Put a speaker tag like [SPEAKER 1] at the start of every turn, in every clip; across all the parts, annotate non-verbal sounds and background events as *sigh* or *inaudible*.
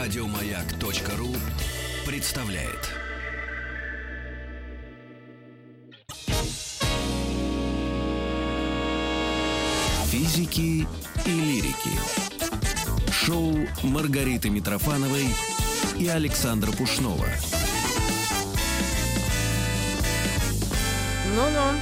[SPEAKER 1] Радиомаяк.ру представляет. Физики и лирики. Шоу Маргариты Митрофановой и Александра Пушнова.
[SPEAKER 2] Ну-ну.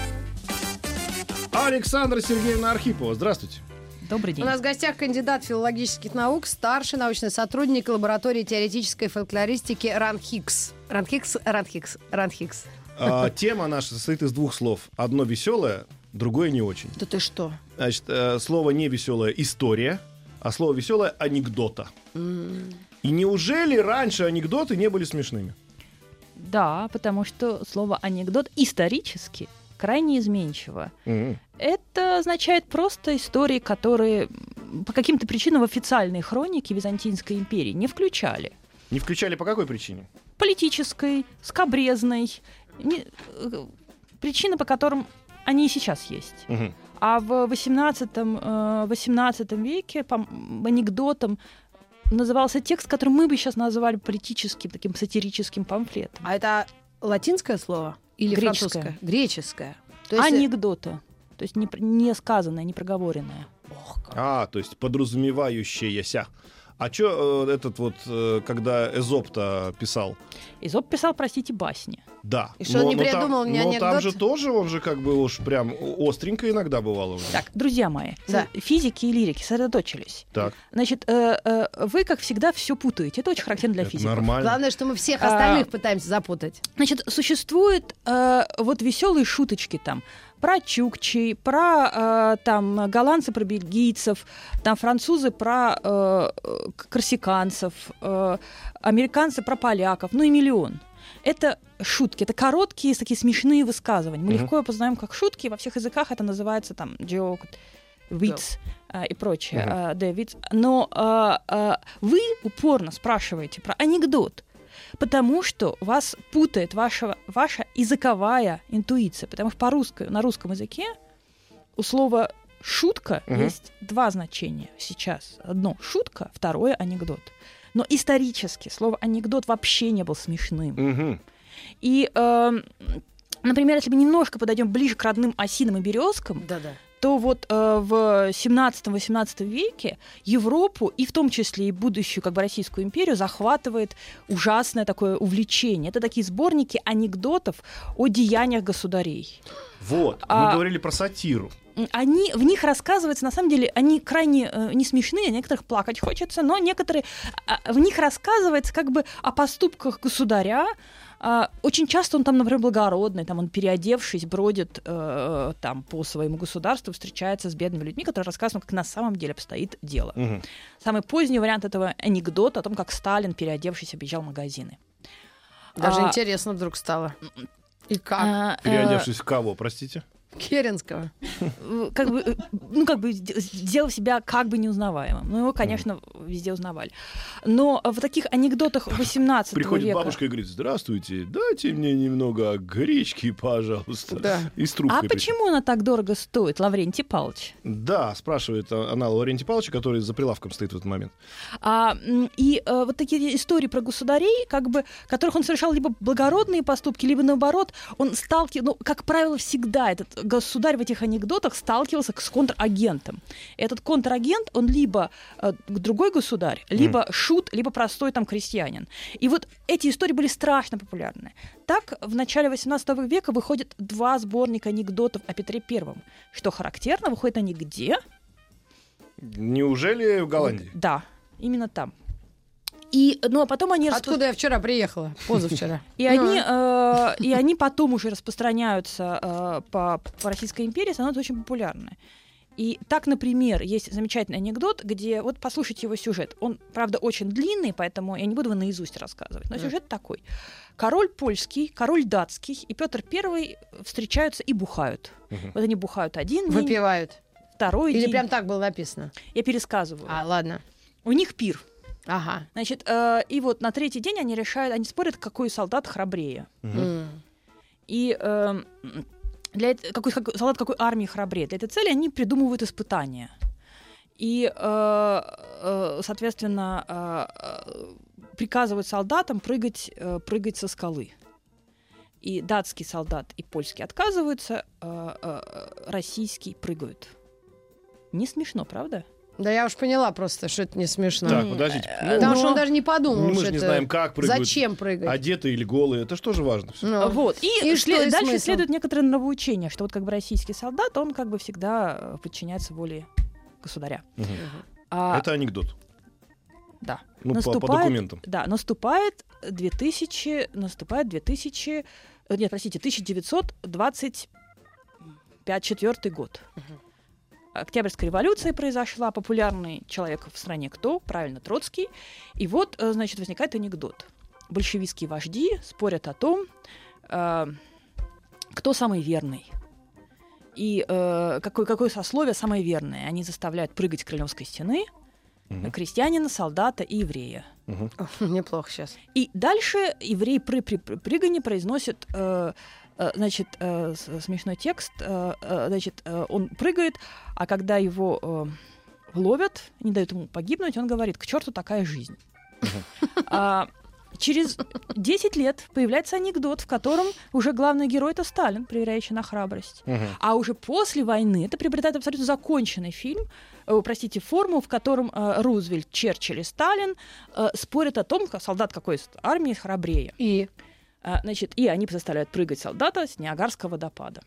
[SPEAKER 3] Александра Сергеевна Архипова, здравствуйте.
[SPEAKER 4] Добрый
[SPEAKER 2] У
[SPEAKER 4] день.
[SPEAKER 2] нас в гостях кандидат филологических наук, старший научный сотрудник лаборатории теоретической фольклористики РАНХИКС. РАНХИКС, РАНХИКС, РАНХИКС.
[SPEAKER 3] А, Тема наша состоит из двух слов. Одно веселое, другое не очень.
[SPEAKER 4] Да ты что?
[SPEAKER 3] Значит, э, слово не веселое история, а слово веселое анекдота. И неужели раньше анекдоты не были смешными?
[SPEAKER 4] Да, потому что слово анекдот исторически крайне изменчиво.
[SPEAKER 3] М.
[SPEAKER 4] Это означает просто истории, которые м, по каким-то причинам в официальной хронике Византийской империи не включали.
[SPEAKER 3] Не включали по какой причине?
[SPEAKER 4] Политической, скобрезной. не- э, причины, по которым они и сейчас есть.
[SPEAKER 3] Мгм.
[SPEAKER 4] А в 18, э, 18 веке по м, анекдотам назывался текст, который мы бы сейчас назвали политическим таким сатирическим памфлетом.
[SPEAKER 2] А это латинское слово? Или
[SPEAKER 4] Греческое. А
[SPEAKER 2] французское? Греческое. То э,
[SPEAKER 4] Анекдота. То есть не, пр- не сказанное, не проговоренное.
[SPEAKER 2] Ох, как.
[SPEAKER 3] А, то есть подразумевающаяся. А чё э, этот вот, э, когда Эзоп-то писал?
[SPEAKER 4] Эзоп писал, простите, басни.
[SPEAKER 3] Да.
[SPEAKER 2] И что, он не
[SPEAKER 3] там-
[SPEAKER 2] придумал мне
[SPEAKER 3] но там
[SPEAKER 2] анекдот?
[SPEAKER 3] же тоже, он же как бы уж прям остренько иногда бывало. у него.
[SPEAKER 4] Так, друзья мои,
[SPEAKER 2] Да.
[SPEAKER 4] с- физики и лирики сосредоточились.
[SPEAKER 3] Так.
[SPEAKER 4] Значит, э, э, вы, как всегда, все путаете. Это очень характерно для
[SPEAKER 3] Это
[SPEAKER 4] физиков.
[SPEAKER 3] Нормально.
[SPEAKER 2] Главное, что мы всех
[SPEAKER 4] А.
[SPEAKER 2] остальных пытаемся запутать.
[SPEAKER 4] Значит, существуют э, вот веселые шуточки там про чукчей, про э, там голландцы, про бельгийцев, там французы, про э, э, корсиканцев, э, американцы, про поляков, ну и миллион. Это шутки, это короткие такие смешные высказывания. Мы
[SPEAKER 3] Мгм.
[SPEAKER 4] легко опознаем как шутки, во всех языках это называется там joke, wits э, и прочее,
[SPEAKER 3] Мгм.
[SPEAKER 4] э, да, wits. Но э, э, вы упорно спрашиваете про анекдот, потому что вас путает ваша, ваша языковая интуиция, потому что по-русски, на русском языке у слова шутка
[SPEAKER 3] Мгм.
[SPEAKER 4] есть два значения сейчас. Одно шутка, второе анекдот. Но исторически слово анекдот вообще не был смешным.
[SPEAKER 3] Мгм.
[SPEAKER 4] И, эм, например, если мы немножко подойдем ближе к родным осинам и березкам,
[SPEAKER 2] Да-да.
[SPEAKER 4] то вот э, в 17-18 веке Европу, и в том числе и будущую как бы Российскую империю, захватывает ужасное такое увлечение. Это такие сборники анекдотов о деяниях государей.
[SPEAKER 3] Вот, мы
[SPEAKER 4] А-
[SPEAKER 3] говорили про сатиру.
[SPEAKER 4] М, Они, в них рассказывается, на самом деле, они крайне э, не смешные, о некоторых плакать хочется, но некоторые, а, в них рассказывается как бы о поступках государя, а, очень часто он там, например, благородный, там он переодевшись, бродит э, там по своему государству, встречается с бедными людьми, которые рассказывают, как на самом деле обстоит дело.
[SPEAKER 3] Мгм.
[SPEAKER 4] Самый поздний вариант этого анекдота о том, как Сталин, переодевшись, объезжал магазины.
[SPEAKER 2] Даже
[SPEAKER 4] А,
[SPEAKER 2] интересно вдруг стало. И как?
[SPEAKER 4] а, э,
[SPEAKER 3] Переодевшись в кого, простите?
[SPEAKER 2] А. Керенского.
[SPEAKER 4] э, как бы, э, ну, как бы сде- сделав себя как бы неузнаваемым. Ну, его, конечно, везде узнавали. Но в таких анекдотах 18
[SPEAKER 3] Приходит
[SPEAKER 4] века...
[SPEAKER 3] бабушка и говорит, здравствуйте, дайте мне немного гречки, пожалуйста.
[SPEAKER 2] Да.
[SPEAKER 3] И с
[SPEAKER 4] А
[SPEAKER 3] трубкой причем.
[SPEAKER 4] почему она так дорого стоит, Лаврентий Павлович?
[SPEAKER 3] Да, спрашивает а, она Лаврентия Павловича, который за прилавком стоит в этот момент.
[SPEAKER 4] А, м, и э, вот такие истории про государей, как бы, которых он совершал либо благородные поступки, либо наоборот, он сталкивался, ну, как правило, всегда этот государь в этих анекдотах сталкивался с контрагентом. Этот контрагент, он либо э, другой государь, либо шут, либо простой там крестьянин. И вот эти истории были страшно популярны. Так, в начале 18 века выходят два сборника анекдотов о Петре Первом. Что характерно, выходят они где?
[SPEAKER 3] Неужели в Голландии?
[SPEAKER 4] Да, именно там. И, ну, а потом они распро-
[SPEAKER 2] Откуда А. я вчера приехала? Позавчера.
[SPEAKER 4] *laughs*
[SPEAKER 2] Ну,
[SPEAKER 4] И они, э, и они потом уже распространяются э, по, по Российской империи, становятся очень популярны. И так, например, есть замечательный анекдот, где, вот послушайте его сюжет. Он, правда, очень длинный, поэтому я не буду его наизусть рассказывать. Но
[SPEAKER 2] Мгм.
[SPEAKER 4] сюжет такой. Король польский, король датский и Петр Первый встречаются и бухают.
[SPEAKER 3] Мгм.
[SPEAKER 4] Вот они бухают один день,
[SPEAKER 2] Выпивают.
[SPEAKER 4] второй
[SPEAKER 2] Или
[SPEAKER 4] день.
[SPEAKER 2] прям так было написано?
[SPEAKER 4] Я пересказываю.
[SPEAKER 2] А, ладно.
[SPEAKER 4] У них пир.
[SPEAKER 2] Ага.
[SPEAKER 4] Значит, э, и вот на третий день они решают, они спорят, какой солдат храбрее.
[SPEAKER 3] Мгм.
[SPEAKER 2] М.
[SPEAKER 4] И эм, для эт- какой, какой- солдат какой армии храбрее. Для этой цели они придумывают испытания. И, э, э, соответственно, э, э, приказывают солдатам прыгать, э, прыгать со скалы. И датский солдат, и польский отказываются, э, э, российский прыгают. Не смешно, правда?
[SPEAKER 2] Да я уж поняла просто, что это не смешно.
[SPEAKER 3] Так, подождите. Ну,
[SPEAKER 2] Э, Потому
[SPEAKER 4] ну,
[SPEAKER 2] что он даже не подумал,
[SPEAKER 3] мы
[SPEAKER 2] что
[SPEAKER 3] же не
[SPEAKER 2] это-
[SPEAKER 3] знаем, как прыгают.
[SPEAKER 2] Зачем прыгать?
[SPEAKER 3] Одеты или голые, это что же важно? всё?
[SPEAKER 2] Ну.
[SPEAKER 4] Вот. И,
[SPEAKER 2] И
[SPEAKER 4] шле-
[SPEAKER 2] что, и
[SPEAKER 4] дальше
[SPEAKER 2] смысл?
[SPEAKER 4] следует некоторое новоучение, что вот как бы российский солдат, он как бы всегда э, подчиняется воле государя.
[SPEAKER 3] Мгм.
[SPEAKER 4] А,
[SPEAKER 3] Это анекдот.
[SPEAKER 4] Да.
[SPEAKER 3] Ну, по- по,
[SPEAKER 4] Наступает-
[SPEAKER 3] документам.
[SPEAKER 4] Да, наступает 2000, наступает 2000, э, нет, простите, 1924 год. Октябрьская революция произошла, популярный человек в стране кто? Правильно, Троцкий. И вот, э, значит, возникает анекдот. Большевистские вожди спорят о том, э, кто самый верный. И э, какой, какое сословие самое верное. Они заставляют прыгать с Крылевской стены
[SPEAKER 3] Мгм.
[SPEAKER 4] крестьянина, солдата и еврея.
[SPEAKER 3] Мгм.
[SPEAKER 2] Мне плохо сейчас.
[SPEAKER 4] И дальше еврей при, при- при прыгании произносит, э, э, значит, э, с- смешной текст, э, э, значит, э, он прыгает, а когда его э, ловят, не дают ему погибнуть, он говорит, к черту такая жизнь. А, через 10 лет появляется анекдот, в котором уже главный герой это Сталин, проверяющий на храбрость.
[SPEAKER 3] Мгм.
[SPEAKER 4] А уже после войны это приобретает абсолютно законченный фильм, э, простите, форму, в котором э, Рузвельт, Черчилль и Сталин э, спорят о том, как солдат какой из армии храбрее.
[SPEAKER 2] И
[SPEAKER 4] А, значит, и они заставляют прыгать солдата с Ниагарского водопада.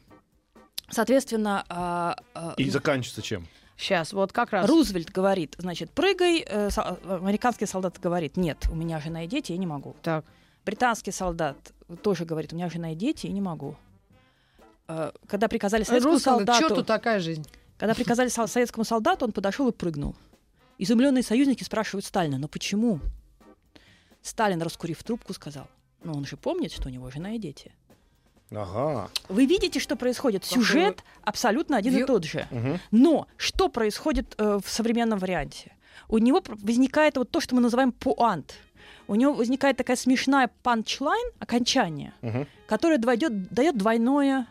[SPEAKER 4] Соответственно, а, а,
[SPEAKER 3] И заканчивается чем?
[SPEAKER 2] сейчас, вот как раз.
[SPEAKER 4] Рузвельт говорит, значит, прыгай. э, со- американский солдат говорит, нет, у меня жена и дети, я не могу.
[SPEAKER 2] Так.
[SPEAKER 4] Британский солдат тоже говорит, у меня жена и дети, я не могу. Э, Когда приказали советскому
[SPEAKER 2] Русскому,
[SPEAKER 4] солдату...
[SPEAKER 2] что тут такая жизнь?
[SPEAKER 4] Когда приказали со- советскому солдату, он подошел и прыгнул. Изумленные союзники спрашивают Сталина, но почему? Сталин, раскурив трубку, сказал, ну он же помнит, что у него жена и дети.
[SPEAKER 3] Ага.
[SPEAKER 4] Вы видите, что происходит?
[SPEAKER 2] Какой
[SPEAKER 4] Сюжет абсолютно один и
[SPEAKER 2] Вью-
[SPEAKER 4] тот же.
[SPEAKER 3] Мгм.
[SPEAKER 4] Но что происходит э, в современном варианте? У него пр- возникает вот то, что мы называем пуант. У него возникает такая смешная панчлайн, окончание,
[SPEAKER 3] Мгм.
[SPEAKER 4] которое дойдет- дает двойное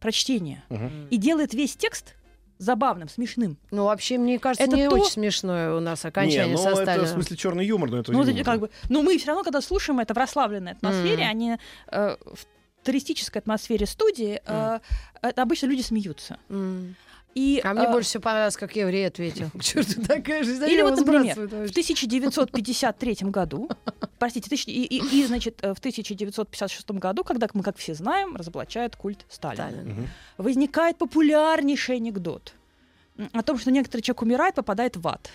[SPEAKER 4] прочтение
[SPEAKER 3] Мгм.
[SPEAKER 4] и делает весь текст забавным, смешным.
[SPEAKER 2] Ну, вообще, мне кажется,
[SPEAKER 4] Это
[SPEAKER 2] не
[SPEAKER 4] то-
[SPEAKER 2] очень смешное у нас окончание
[SPEAKER 3] Не, ну
[SPEAKER 2] со
[SPEAKER 3] это в
[SPEAKER 2] Сталином.
[SPEAKER 3] смысле черный юмор, но это
[SPEAKER 4] Ну, вот
[SPEAKER 3] юмор.
[SPEAKER 4] эти как бы, но мы все равно, когда слушаем это в расслабленной атмосфере,
[SPEAKER 2] Мгм.
[SPEAKER 4] а не э, в туристической атмосфере студии, э, это обычно люди смеются.
[SPEAKER 2] М.
[SPEAKER 4] И,
[SPEAKER 2] А мне
[SPEAKER 4] э,
[SPEAKER 2] больше всего понравилось, как еврей ответил. *laughs* Черт, такая жизнь.
[SPEAKER 4] Или
[SPEAKER 2] Они
[SPEAKER 4] вот,
[SPEAKER 2] его
[SPEAKER 4] например,
[SPEAKER 2] сбрасывают
[SPEAKER 4] в
[SPEAKER 2] вообще.
[SPEAKER 4] 1953 году, простите, тысяч- и, и- и, значит, э, в 1956 году, когда, мы, как все знаем, разоблачают культ Сталина,
[SPEAKER 2] Сталин.
[SPEAKER 3] Мгм.
[SPEAKER 4] возникает популярнейший анекдот м, о том, что некоторый человек умирает, попадает в ад.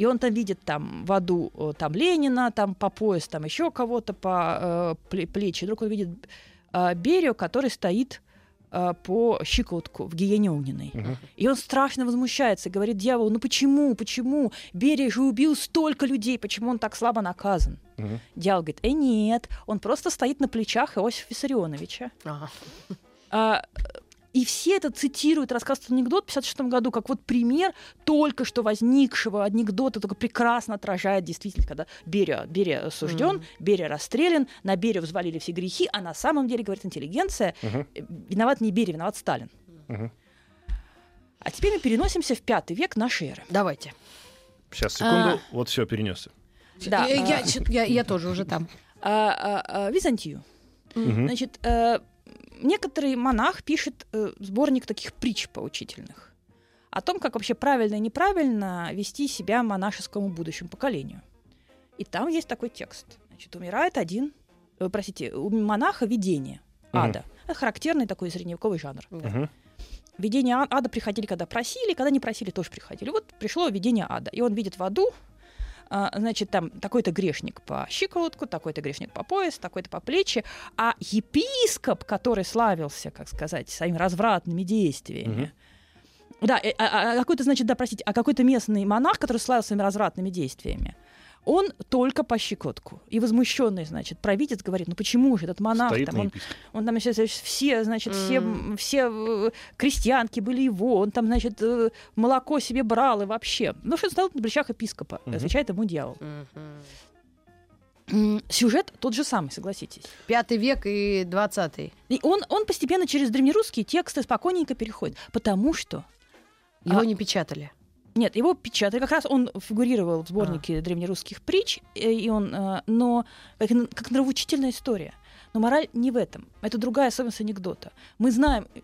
[SPEAKER 4] И он там видит там в аду э, там Ленина, там по пояс, там еще кого-то по э, пле- плечи. И Вдруг он видит э, Берию, который стоит э, по щиколотку в гиене огненной.
[SPEAKER 3] Мгм.
[SPEAKER 4] И он страшно возмущается, говорит дьяволу, ну почему, почему? Берия же убил столько людей, почему он так слабо наказан?
[SPEAKER 3] Мгм.
[SPEAKER 4] Дьявол говорит, э, нет, он просто стоит на плечах Иосифа Виссарионовича.
[SPEAKER 2] Ага.
[SPEAKER 4] А, и все это цитируют, рассказывают анекдот в 1956 году, как вот пример только что возникшего анекдота, только прекрасно отражает действительно, когда Берия, Берия осужден,
[SPEAKER 2] Мгм.
[SPEAKER 4] Берия расстрелян, на Берию взвалили все грехи, а на самом деле, говорит интеллигенция,
[SPEAKER 3] Мгм.
[SPEAKER 4] э, виноват не Берия, виноват Сталин.
[SPEAKER 3] Мгм.
[SPEAKER 4] А теперь мы переносимся в пятый век нашей эры.
[SPEAKER 2] Давайте.
[SPEAKER 3] Сейчас, секунду.
[SPEAKER 4] А.
[SPEAKER 3] Вот все, перенесся.
[SPEAKER 4] Да,
[SPEAKER 2] Э, Я
[SPEAKER 4] а-
[SPEAKER 2] чё- я- я тоже уже там.
[SPEAKER 4] А, а, а, Византию.
[SPEAKER 3] Мгм.
[SPEAKER 4] Значит, э, некоторый монах пишет э, сборник таких притч поучительных о том, как вообще правильно и неправильно вести себя монашескому будущему поколению. И там есть такой текст. Значит, умирает один, э, простите, у монаха видение
[SPEAKER 3] Мгм.
[SPEAKER 4] ада. Это характерный такой средневековый жанр.
[SPEAKER 3] Мгм.
[SPEAKER 4] Видение а- ада приходили, когда просили, когда не просили, тоже приходили. Вот пришло видение ада, и он видит в аду, а, значит, там такой-то грешник по щиколотку, такой-то грешник по пояс, такой-то по плечи, а епископ, который славился, как сказать, своими развратными действиями, да, э, а- а- а какой-то, значит, да, простите, а какой-то местный монах, который славился своими развратными действиями, он только по щикотку. И возмущенный, значит, провидец говорит, ну почему же этот монах,
[SPEAKER 3] Стоит
[SPEAKER 4] там,
[SPEAKER 3] на
[SPEAKER 4] он
[SPEAKER 3] епископе.
[SPEAKER 4] он там еще, значит, все, значит, все,
[SPEAKER 2] М.
[SPEAKER 4] м, все э, крестьянки были его, он там, значит, э, молоко себе брал и вообще. Ну, что он стал на плечах епископа,
[SPEAKER 3] Мгм.
[SPEAKER 4] отвечает ему дьявол. М, Сюжет тот же самый, согласитесь.
[SPEAKER 2] Пятый век и двадцатый.
[SPEAKER 4] И он, он постепенно через древнерусские тексты спокойненько переходит, потому что
[SPEAKER 2] Его
[SPEAKER 4] А-
[SPEAKER 2] не печатали.
[SPEAKER 4] Нет, его печатали. Как раз он фигурировал в сборнике древнерусских притч, э, и он, э, но как, н- как нравоучительная история. Но мораль не в этом. Это другая особенность анекдота. Мы знаем э,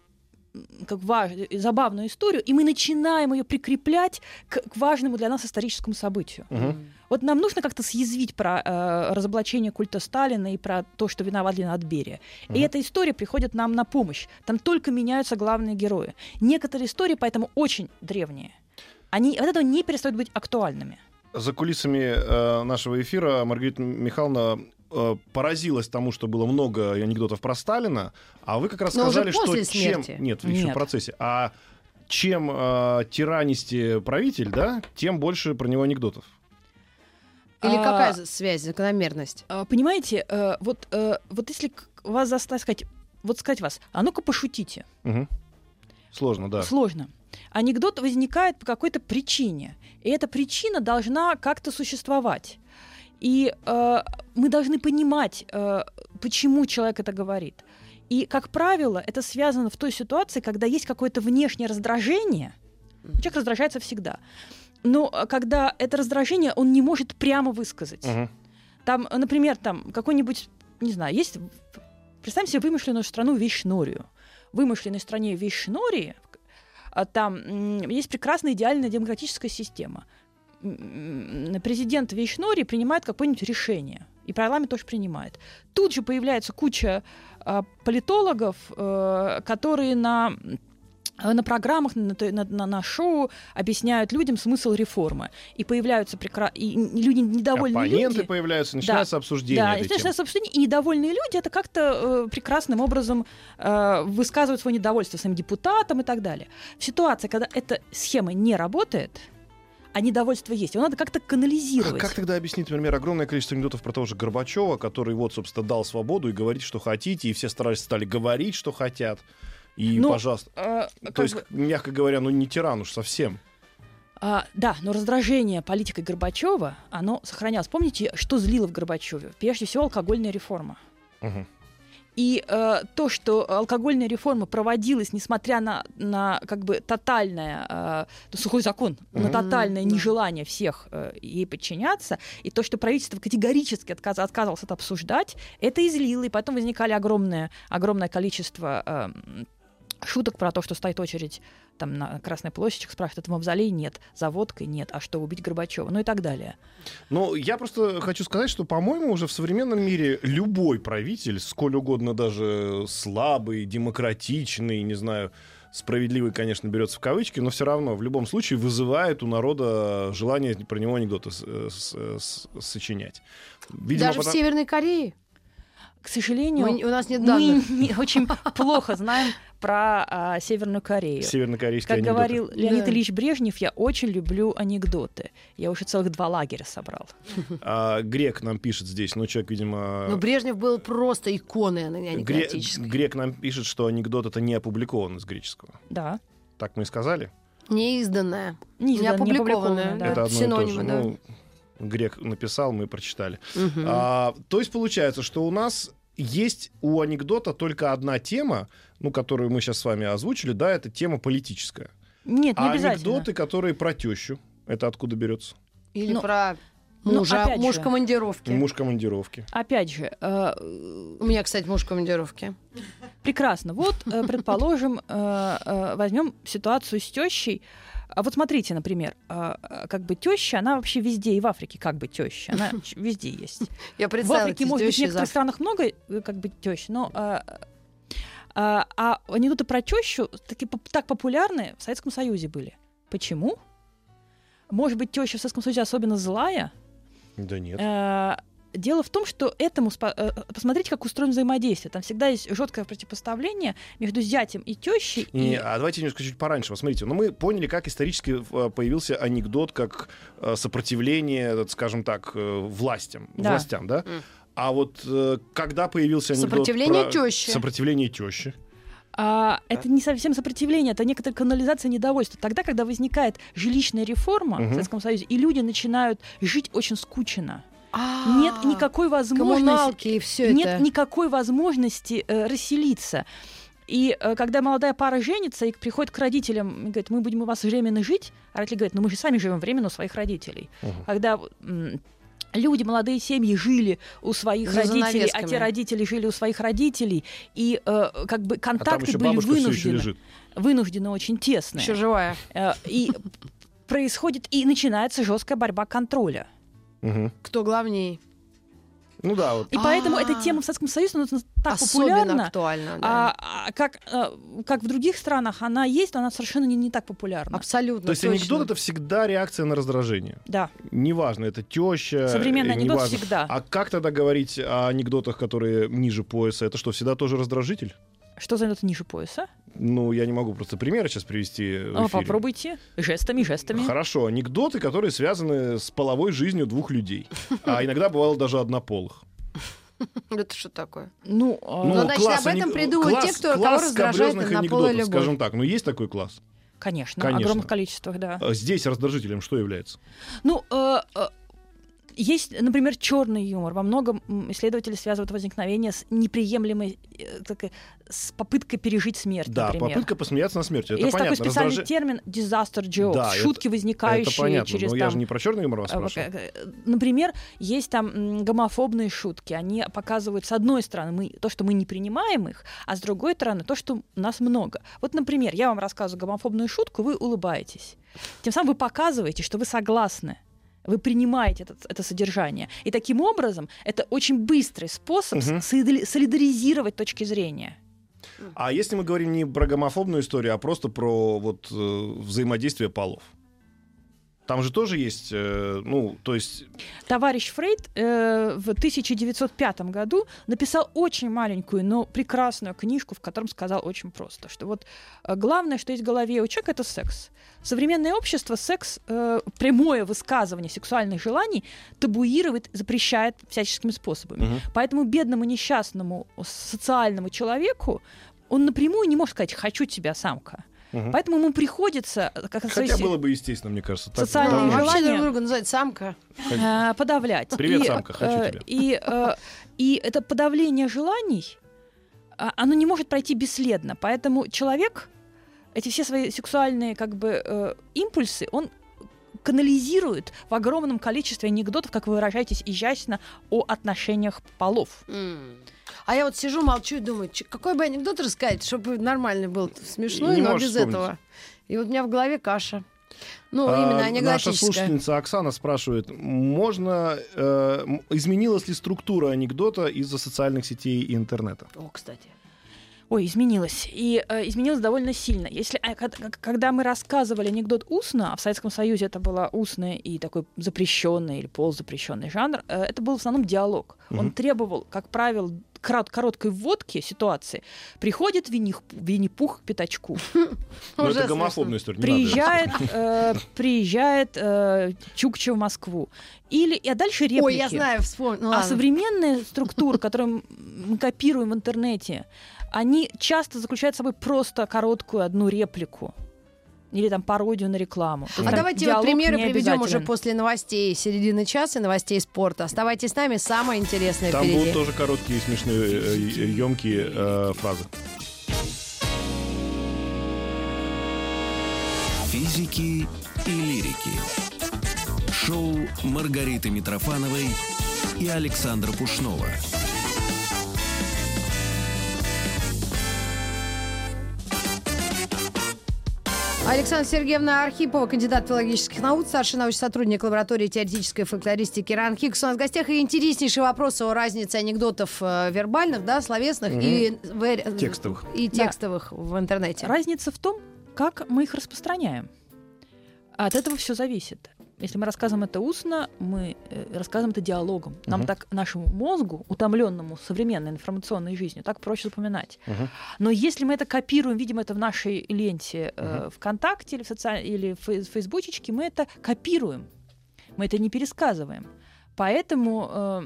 [SPEAKER 4] м, как важную, забавную историю, и мы начинаем ее прикреплять к, к важному для нас историческому событию.
[SPEAKER 3] Мгм.
[SPEAKER 4] Вот нам нужно как-то съязвить про э, разоблачение культа Сталина и про то, что виноват Леонид Берия. И
[SPEAKER 3] Мгм.
[SPEAKER 4] эта история приходит нам на помощь. Там только меняются главные герои. Некоторые истории поэтому очень древние. Они от этого не перестают быть актуальными.
[SPEAKER 3] За кулисами э, нашего эфира Маргарита Михайловна э, поразилась тому, что было много анекдотов про Сталина, а вы как раз
[SPEAKER 2] Но уже
[SPEAKER 3] сказали, что
[SPEAKER 2] после
[SPEAKER 3] чем...
[SPEAKER 2] смерти.
[SPEAKER 3] Нет, еще в
[SPEAKER 4] Нет.
[SPEAKER 3] процессе. А чем э, тиранистее правитель, да, тем больше про него анекдотов.
[SPEAKER 2] Или
[SPEAKER 4] А,
[SPEAKER 2] какая за- связь, закономерность?
[SPEAKER 4] А, Понимаете, э, вот, э, вот если к- вас заставить сказать, вот сказать вас, а ну-ка пошутите.
[SPEAKER 3] Мгм. Сложно, да.
[SPEAKER 4] Сложно. Анекдот возникает по какой-то причине. И эта причина должна как-то существовать. И э, мы должны понимать, э, почему человек это говорит. И, как правило, это связано в той ситуации, когда есть какое-то внешнее раздражение. Человек раздражается всегда. Но э, когда это раздражение, он не может прямо высказать.
[SPEAKER 3] Мгм.
[SPEAKER 4] Там, э, например, там какой-нибудь, не знаю, есть... в- Представим себе вымышленную страну Вещнорию. В вымышленной стране Вещнории а, там м, есть прекрасная идеальная демократическая система. М, м, Президент Вещнории принимает какое-нибудь решение. И парламент тоже принимает. Тут же появляется куча а, политологов, э, которые на, э, на программах, на, т- на- на- на шоу объясняют людям смысл реформы. И появляются прекра... и н- люди недовольные
[SPEAKER 3] Оппоненты
[SPEAKER 4] люди.
[SPEAKER 3] появляются, начинается обсуждение
[SPEAKER 4] Да,
[SPEAKER 3] этой
[SPEAKER 4] и
[SPEAKER 3] темы.
[SPEAKER 4] начинается обсуждение, и недовольные люди это как-то э, прекрасным образом э, высказывают свое недовольство своим депутатам и так далее. В ситуации, когда эта схема не работает, а недовольство есть, его надо как-то
[SPEAKER 3] А
[SPEAKER 4] канализировать.
[SPEAKER 3] Как тогда объяснить, например, огромное количество анекдотов про того же Горбачева, который вот, собственно, дал свободу и говорит, что хотите, и все старались стали говорить, что хотят. И,
[SPEAKER 4] Ну,
[SPEAKER 3] пожалуйста,
[SPEAKER 4] Э, как
[SPEAKER 3] То есть,
[SPEAKER 4] бы-
[SPEAKER 3] мягко говоря, ну не тиран уж совсем.
[SPEAKER 4] А, да, но раздражение политикой Горбачева, оно сохранялось. Помните, что злило в Горбачеве? Прежде всего, алкогольная реформа. И э, то, что алкогольная реформа проводилась, несмотря на, на как бы тотальное, э, ну, сухой закон,
[SPEAKER 3] Мгм.
[SPEAKER 4] на тотальное
[SPEAKER 2] М, да.
[SPEAKER 4] нежелание всех э, ей подчиняться, и то, что правительство категорически отказа- отказывалось это обсуждать, это излило, и потом возникали огромное, огромное количество эм, шуток про то, что стоит очередь там на Красной площади, человек спрашивает, это мавзолей? Нет. За водкой? Нет. А что, убить Горбачева? Ну и так далее.
[SPEAKER 3] Но я просто хочу сказать, что, по-моему, уже в современном мире любой правитель, сколь угодно даже слабый, демократичный, не знаю, справедливый, конечно, берется в кавычки, но все равно в любом случае вызывает у народа желание про него анекдоты с- э, с- э, с- сочинять. Видимо,
[SPEAKER 2] Даже в
[SPEAKER 3] потом-
[SPEAKER 2] Северной Корее?
[SPEAKER 4] К сожалению...
[SPEAKER 2] Мы- у нас нет
[SPEAKER 4] Мы
[SPEAKER 2] данных.
[SPEAKER 4] не-
[SPEAKER 2] *laughs*
[SPEAKER 4] *laughs* очень
[SPEAKER 3] А.
[SPEAKER 4] плохо знаем про а, Северную Корею.
[SPEAKER 3] севернокорейские
[SPEAKER 4] Как
[SPEAKER 3] анекдоты.
[SPEAKER 4] говорил Леонид
[SPEAKER 2] Да.
[SPEAKER 4] Ильич Брежнев, я очень люблю анекдоты. Я уже целых два лагеря собрал.
[SPEAKER 3] А, грек нам пишет здесь, но человек, видимо...
[SPEAKER 2] Но Брежнев был просто иконой а ан-
[SPEAKER 3] Гре-
[SPEAKER 2] анекдотической.
[SPEAKER 3] грек нам пишет, что анекдот это не опубликован из греческого.
[SPEAKER 4] Да.
[SPEAKER 3] Так мы и сказали.
[SPEAKER 2] Неизданная.
[SPEAKER 4] Не,
[SPEAKER 2] Не опубликованная,
[SPEAKER 4] А, да.
[SPEAKER 2] да.
[SPEAKER 3] Это одно и то
[SPEAKER 2] Синонимы,
[SPEAKER 3] же.
[SPEAKER 2] да.
[SPEAKER 3] Ну, грек написал, мы прочитали.
[SPEAKER 2] Мгм.
[SPEAKER 3] А, то есть получается, что у нас есть у анекдота только одна тема, ну, которую мы сейчас с вами озвучили, да, это тема политическая.
[SPEAKER 4] Нет, не
[SPEAKER 3] а
[SPEAKER 4] обязательно.
[SPEAKER 3] анекдоты, которые про тещу, это откуда берется?
[SPEAKER 2] Или
[SPEAKER 4] ну,
[SPEAKER 2] про
[SPEAKER 4] ну,
[SPEAKER 2] мужа,
[SPEAKER 4] опять
[SPEAKER 2] муж
[SPEAKER 4] же.
[SPEAKER 2] командировки.
[SPEAKER 3] Муж командировки.
[SPEAKER 4] Опять же, э,
[SPEAKER 2] У меня, кстати, муж командировки.
[SPEAKER 4] прекрасно. Вот, э, предположим, э, э, возьмем ситуацию с тещей. А вот смотрите, например, э, э, как бы теща, она вообще везде и в Африке, как бы
[SPEAKER 2] *laughs*
[SPEAKER 4] теща, она ч- везде есть.
[SPEAKER 2] Я
[SPEAKER 4] В
[SPEAKER 2] представила
[SPEAKER 4] Африке,
[SPEAKER 2] эти
[SPEAKER 4] может быть, в
[SPEAKER 2] тещи
[SPEAKER 4] некоторых
[SPEAKER 2] за-
[SPEAKER 4] странах много э, как бы тещ, но а, а, а анекдоты про тещу таки, поп- так популярны в Советском Союзе были. Почему? Может быть, теща в Советском Союзе особенно злая?
[SPEAKER 3] Да нет.
[SPEAKER 4] Э, Дело в том, что этому спо- э, посмотрите, как устроено взаимодействие. Там всегда есть жесткое противопоставление между зятем и тещей. и-
[SPEAKER 3] Не, а давайте немножко чуть пораньше. Вот смотрите, ну мы поняли, как исторически э, появился анекдот как э, сопротивление, э, скажем так, э, властям,
[SPEAKER 4] Да.
[SPEAKER 3] властям, да?
[SPEAKER 2] М.
[SPEAKER 3] А вот э, когда появился анекдот
[SPEAKER 2] Сопротивление
[SPEAKER 3] про-
[SPEAKER 2] тещи.
[SPEAKER 3] Сопротивление тещи.
[SPEAKER 4] А, это не совсем сопротивление, это некоторая канализация недовольства. Тогда, когда возникает жилищная реформа
[SPEAKER 3] Мгм.
[SPEAKER 4] в Советском Союзе, и люди начинают жить очень скучно.
[SPEAKER 2] А,
[SPEAKER 4] нет никакой возможности,
[SPEAKER 2] коммуналки и все
[SPEAKER 4] нет
[SPEAKER 2] это.
[SPEAKER 4] никакой возможности э, расселиться. И э, когда молодая пара женится и приходит к родителям и говорит, мы будем у вас временно жить, а родители говорят, ну мы же сами живем временно у своих родителей.
[SPEAKER 3] Мгм.
[SPEAKER 4] Когда м, люди, молодые семьи жили у своих
[SPEAKER 2] За
[SPEAKER 4] родителей, а
[SPEAKER 2] занавесками.
[SPEAKER 4] те родители жили у своих родителей, и э, как бы
[SPEAKER 3] А там
[SPEAKER 4] контакты
[SPEAKER 3] еще
[SPEAKER 4] были
[SPEAKER 3] бабушка все еще
[SPEAKER 4] вынуждены,
[SPEAKER 3] лежит.
[SPEAKER 4] вынуждены очень тесные.
[SPEAKER 2] Еще живая.
[SPEAKER 4] Э, и происходит, и начинается жесткая борьба контроля.
[SPEAKER 3] Мгм.
[SPEAKER 2] Кто главней?
[SPEAKER 3] Ну да, вот.
[SPEAKER 4] И поэтому эта
[SPEAKER 2] А.
[SPEAKER 4] тема в Советском Союзе ну, так
[SPEAKER 2] Особенно
[SPEAKER 4] популярна.
[SPEAKER 2] актуально. да.
[SPEAKER 4] А, а как, э, как в других странах она есть, но она совершенно не, не так популярна.
[SPEAKER 2] Абсолютно.
[SPEAKER 3] То есть
[SPEAKER 2] точно.
[SPEAKER 3] анекдот это всегда реакция на раздражение.
[SPEAKER 4] Да.
[SPEAKER 3] Неважно, это теща.
[SPEAKER 4] Современный
[SPEAKER 3] э,
[SPEAKER 4] анекдот
[SPEAKER 3] неважно.
[SPEAKER 4] всегда.
[SPEAKER 3] А как тогда говорить о анекдотах, которые ниже пояса? Это что, всегда тоже раздражитель?
[SPEAKER 4] Что за анекдот ниже пояса?
[SPEAKER 3] Ну, я не могу просто примеры сейчас привести. в
[SPEAKER 4] А,
[SPEAKER 3] эфире.
[SPEAKER 4] попробуйте. Жестами, жестами.
[SPEAKER 3] Хорошо, анекдоты, которые связаны с половой жизнью двух людей. А иногда бывало даже однополых.
[SPEAKER 2] *laughs* Это что такое?
[SPEAKER 4] Ну, а,
[SPEAKER 2] Ну, значит, об этом
[SPEAKER 3] анек-
[SPEAKER 2] придумают те,
[SPEAKER 3] класс-
[SPEAKER 2] кто- кого
[SPEAKER 3] класс
[SPEAKER 2] раздражает
[SPEAKER 3] скабрёзных
[SPEAKER 2] однополая
[SPEAKER 3] анекдотов,
[SPEAKER 2] любовь.
[SPEAKER 3] скажем так. Ну, есть такой класс.
[SPEAKER 4] конечно,
[SPEAKER 3] конечно.
[SPEAKER 4] огромных количествах, да.
[SPEAKER 3] А Здесь раздражителем что является?
[SPEAKER 4] Ну, э, э, есть, например, черный юмор. Во многом м, исследователи связывают возникновение с неприемлемой, э, такой, с попыткой пережить смерть,
[SPEAKER 3] да,
[SPEAKER 4] например.
[SPEAKER 3] попытка посмеяться на смерти. Это
[SPEAKER 4] есть
[SPEAKER 3] понятно.
[SPEAKER 4] такой специальный
[SPEAKER 3] Раздражи-
[SPEAKER 4] термин «disaster jokes»,
[SPEAKER 3] Да, это-
[SPEAKER 4] шутки, возникающие
[SPEAKER 3] Это понятно,
[SPEAKER 4] через
[SPEAKER 3] но
[SPEAKER 4] там,
[SPEAKER 3] я же не про черный юмор вас
[SPEAKER 4] А,
[SPEAKER 3] спрашиваю.
[SPEAKER 4] вот, э, э, Например, есть там м, гомофобные шутки. Они показывают, с одной стороны, мы, то, что мы не принимаем их, а с другой стороны, то, что нас много. Вот, например, я вам рассказываю гомофобную шутку, вы улыбаетесь. Тем самым вы показываете, что вы согласны. Вы принимаете этот- это содержание. И таким образом это очень быстрый способ
[SPEAKER 3] Мгм.
[SPEAKER 4] солидари- солидаризировать точки зрения.
[SPEAKER 3] А если мы говорим не про гомофобную историю, а просто про вот э, взаимодействие полов? Там же тоже есть, э, ну, то есть,
[SPEAKER 4] Товарищ Фрейд э, в 1905 году написал очень маленькую, но прекрасную книжку, в котором сказал очень просто, что вот э, главное, что есть в голове у человека, это секс. Современное общество секс, э, прямое высказывание сексуальных желаний табуирует, запрещает всяческими способами. Поэтому бедному несчастному социальному человеку он напрямую не может сказать «хочу тебя, самка».
[SPEAKER 3] Мгм.
[SPEAKER 4] Поэтому ему приходится, э, как
[SPEAKER 3] хотя
[SPEAKER 4] сказать,
[SPEAKER 3] было бы естественно, мне кажется. так
[SPEAKER 4] социальные
[SPEAKER 3] должно
[SPEAKER 4] желания.
[SPEAKER 3] быть.
[SPEAKER 2] вообще друг
[SPEAKER 4] желание.
[SPEAKER 2] друга называют самка.
[SPEAKER 4] э, подавлять.
[SPEAKER 3] Привет,
[SPEAKER 4] И,
[SPEAKER 3] самка, хочу
[SPEAKER 4] э,
[SPEAKER 3] тебя.
[SPEAKER 4] И, э, и это подавление желаний, а, оно не может пройти бесследно. Поэтому человек эти все свои сексуальные как бы э, импульсы, он канализирует в огромном количестве анекдотов, как вы выражаетесь изящно, о отношениях полов.
[SPEAKER 2] М. А я вот сижу, молчу и думаю, «Чё, какой бы анекдот рассказать, чтобы нормальный был, смешной,
[SPEAKER 3] Не
[SPEAKER 2] но
[SPEAKER 3] можешь
[SPEAKER 2] без
[SPEAKER 3] вспомнить.
[SPEAKER 2] этого. И вот у меня в голове каша. Ну,
[SPEAKER 3] А,
[SPEAKER 2] именно
[SPEAKER 3] Наша
[SPEAKER 2] анекдотическая.
[SPEAKER 3] слушательница Оксана спрашивает, можно, э, м- изменилась ли структура анекдота из-за социальных сетей и интернета?
[SPEAKER 2] О, кстати.
[SPEAKER 4] Ой, изменилось. И э, изменилось довольно сильно. Если, а, кад- когда мы рассказывали анекдот устно, а в Советском Союзе это было устное и такой запрещенный или полузапрещенный жанр, э, это был в основном диалог. Он
[SPEAKER 3] Мгм.
[SPEAKER 4] требовал, как правило, крат- короткой вводки ситуации. Приходит Винни- Винни-Пух к пятачку.
[SPEAKER 3] Но Ну, это
[SPEAKER 2] Ужасно.
[SPEAKER 3] гомофобная история. не надо её
[SPEAKER 4] Приезжает, э, приезжает э, Чукча в Москву. Или, а дальше реплики.
[SPEAKER 2] Ой, я знаю, вспомнила.
[SPEAKER 4] А современные структуры, которые мы копируем в интернете, они часто заключают в собой просто короткую одну реплику или там пародию на рекламу. То есть
[SPEAKER 2] А
[SPEAKER 4] там
[SPEAKER 2] давайте вот
[SPEAKER 4] диалог
[SPEAKER 2] примеры
[SPEAKER 4] не
[SPEAKER 2] приведем уже
[SPEAKER 4] обязателен.
[SPEAKER 2] после новостей середины часа и новостей спорта. Оставайтесь с нами, самое интересное
[SPEAKER 3] Там
[SPEAKER 2] впереди.
[SPEAKER 3] будут тоже короткие, смешные, э, э, емкие э, фразы.
[SPEAKER 1] Физики и лирики. Шоу Маргариты Митрофановой и Александра Пушнова.
[SPEAKER 2] Александра Сергеевна Архипова, кандидат филологических наук, старший научный сотрудник лаборатории теоретической фольклористики РАН Хикс. У нас в гостях и интереснейший вопрос о разнице анекдотов э, вербальных, да, словесных и, вер-
[SPEAKER 3] Текстовых.
[SPEAKER 2] и
[SPEAKER 4] Да.
[SPEAKER 2] текстовых в интернете.
[SPEAKER 4] Разница в том, как мы их распространяем. От этого все зависит. Если мы рассказываем это устно, мы э, рассказываем это диалогом. Нам
[SPEAKER 3] Мгм.
[SPEAKER 4] так нашему мозгу, утомленному современной информационной жизнью, так проще запоминать.
[SPEAKER 3] Мгм.
[SPEAKER 4] Но если мы это копируем, видим это в нашей ленте э, ВКонтакте или в, социаль- или в фей- Фейсбучечке, мы это копируем, мы это не пересказываем. Поэтому э,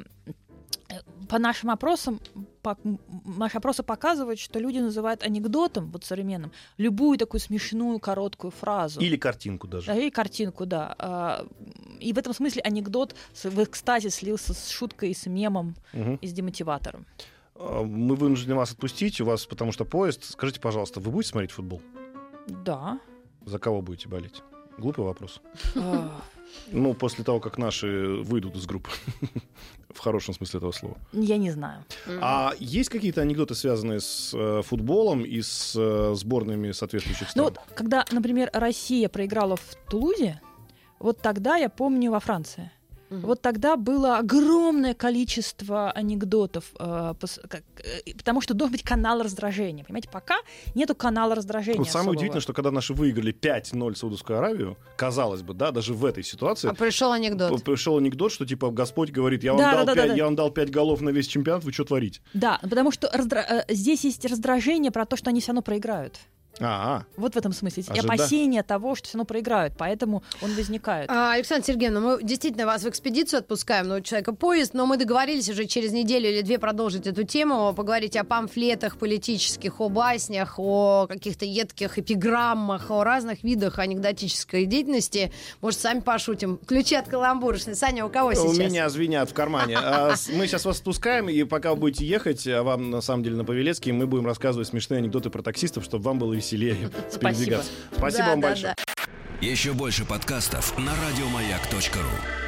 [SPEAKER 4] по нашим опросам, по- м- наши опросы показывают, что люди называют анекдотом, вот современным, любую такую смешную короткую фразу.
[SPEAKER 3] Или картинку даже.
[SPEAKER 4] Да, и картинку, да. А, И в этом смысле анекдот с- в экстазе слился с шуткой, и с мемом
[SPEAKER 3] Мгм.
[SPEAKER 4] и с демотиватором.
[SPEAKER 3] э, мы вынуждены вас отпустить, у вас потому что поезд. Скажите, пожалуйста, вы будете смотреть футбол?
[SPEAKER 4] Да.
[SPEAKER 3] За кого будете болеть? Глупый вопрос.
[SPEAKER 4] А,
[SPEAKER 3] Ну, после того, как наши выйдут из группы. *laughs* В хорошем смысле этого слова.
[SPEAKER 4] Я не знаю.
[SPEAKER 3] А есть какие-то анекдоты, связанные с э, футболом и с э, сборными соответствующих стран?
[SPEAKER 4] Ну вот, когда, например, Россия проиграла в Тулузе, вот тогда я помню во Франции.
[SPEAKER 2] Мгм.
[SPEAKER 4] Вот тогда было огромное количество анекдотов, э, пос- как- э, потому что должен быть канал раздражения. Понимаете, пока нету канала раздражения.
[SPEAKER 3] Вот самое
[SPEAKER 4] особого.
[SPEAKER 3] удивительное, что когда наши выиграли 5-0 Саудовскую Аравию, казалось бы, да, даже в этой ситуации
[SPEAKER 2] А пришел
[SPEAKER 3] п-
[SPEAKER 2] анекдот.
[SPEAKER 3] пришел анекдот, что типа Господь говорит, я вам,
[SPEAKER 4] Да,
[SPEAKER 3] дал,
[SPEAKER 4] да, да,
[SPEAKER 3] 5,
[SPEAKER 4] да, да.
[SPEAKER 3] я вам дал 5 голов на весь чемпионат, вы что творите?
[SPEAKER 4] Да, потому что раздра- э, здесь есть раздражение про то, что они все равно проиграют.
[SPEAKER 3] А,
[SPEAKER 4] Вот в этом смысле. есть И
[SPEAKER 3] Ожида-
[SPEAKER 4] опасение того, что все равно проиграют, поэтому он возникает.
[SPEAKER 2] А, Александра Сергеевна, мы действительно вас в экспедицию отпускаем, но у человека поезд, но мы договорились уже через неделю или две продолжить эту тему, поговорить о памфлетах политических, о баснях, о каких-то едких эпиграммах, о разных видах анекдотической деятельности. Может, сами пошутим. Ключи от каламбурочной. Саня, у кого
[SPEAKER 3] у
[SPEAKER 2] сейчас?
[SPEAKER 3] меня звенят в кармане. А, с- Мы сейчас вас отпускаем, и пока вы будете ехать, а вам на самом деле на Павелецкий, мы будем рассказывать смешные анекдоты про таксистов, чтобы вам было веселее
[SPEAKER 4] Спасибо.
[SPEAKER 3] передвигаться. Спасибо
[SPEAKER 2] Да,
[SPEAKER 3] вам
[SPEAKER 2] да,
[SPEAKER 3] большое.
[SPEAKER 2] да.
[SPEAKER 1] Еще больше подкастов на радиомаяк.ру.